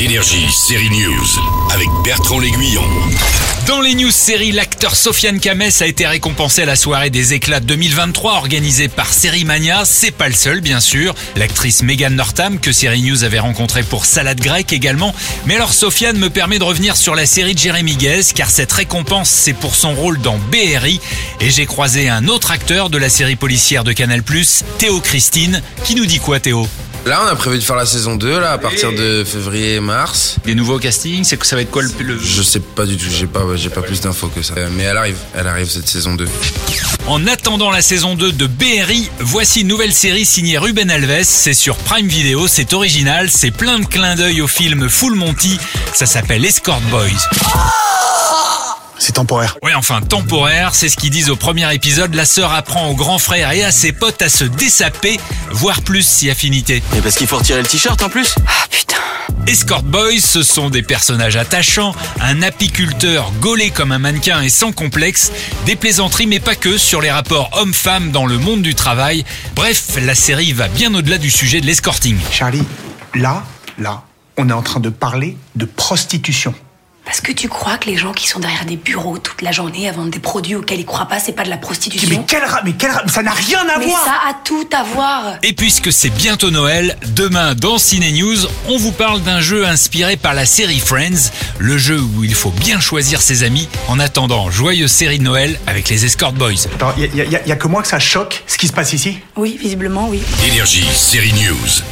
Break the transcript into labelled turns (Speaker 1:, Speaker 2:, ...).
Speaker 1: Énergie, série news, avec Bertrand L'Aiguillon.
Speaker 2: Dans les news séries, l'acteur Sofiane Kames a été récompensé à la soirée des éclats 2023 organisée par Série Mania. C'est pas le seul, bien sûr. L'actrice Megan Northam, que Série News avait rencontrée pour Salade Grecque également. Mais alors, Sofiane me permet de revenir sur la série de Jérémy Guez, car cette récompense, c'est pour son rôle dans BRI. Et j'ai croisé un autre acteur de la série policière de Canal+, Théo Christine, qui nous dit quoi, Théo
Speaker 3: Là, on a prévu de faire la saison 2, là, à partir de février et mars.
Speaker 2: Des nouveaux castings, c'est que ça va être quoi le... le-
Speaker 3: Je sais pas du tout, j'ai pas, j'ai pas plus d'infos que ça. Euh, Mais elle arrive, elle arrive cette saison 2.
Speaker 2: En attendant la saison 2 de BRI, voici une nouvelle série signée Ruben Alves. C'est sur Prime Video, c'est original, c'est plein de clins d'œil au film Full Monty. Ça s'appelle Escort Boys.
Speaker 4: C'est temporaire.
Speaker 2: Ouais, enfin, temporaire, c'est ce qu'ils disent au premier épisode. La sœur apprend au grand frère et à ses potes à se dessaper, voire plus si affinité.
Speaker 5: Mais parce qu'il faut retirer le t-shirt en plus
Speaker 2: Escort Boys, ce sont des personnages attachants, un apiculteur gaulé comme un mannequin et sans complexe, des plaisanteries mais pas que sur les rapports hommes-femmes dans le monde du travail. Bref, la série va bien au-delà du sujet de l'escorting.
Speaker 4: Charlie, là, là, on est en train de parler de prostitution.
Speaker 6: Parce que tu crois que les gens qui sont derrière des bureaux toute la journée à vendre des produits auxquels ils croient pas, c'est pas de la prostitution
Speaker 4: Mais quel rap, mais quel rap, ça n'a rien à
Speaker 6: Mais
Speaker 4: voir
Speaker 6: ça a tout à voir
Speaker 2: Et puisque c'est bientôt Noël, demain dans Ciné News, on vous parle d'un jeu inspiré par la série Friends, le jeu où il faut bien choisir ses amis en attendant joyeuse série de Noël avec les Escort Boys.
Speaker 4: Attends, y a- y a- y a- y a que moi que ça choque ce qui se passe ici
Speaker 6: Oui, visiblement, oui.
Speaker 1: Énergie, série news,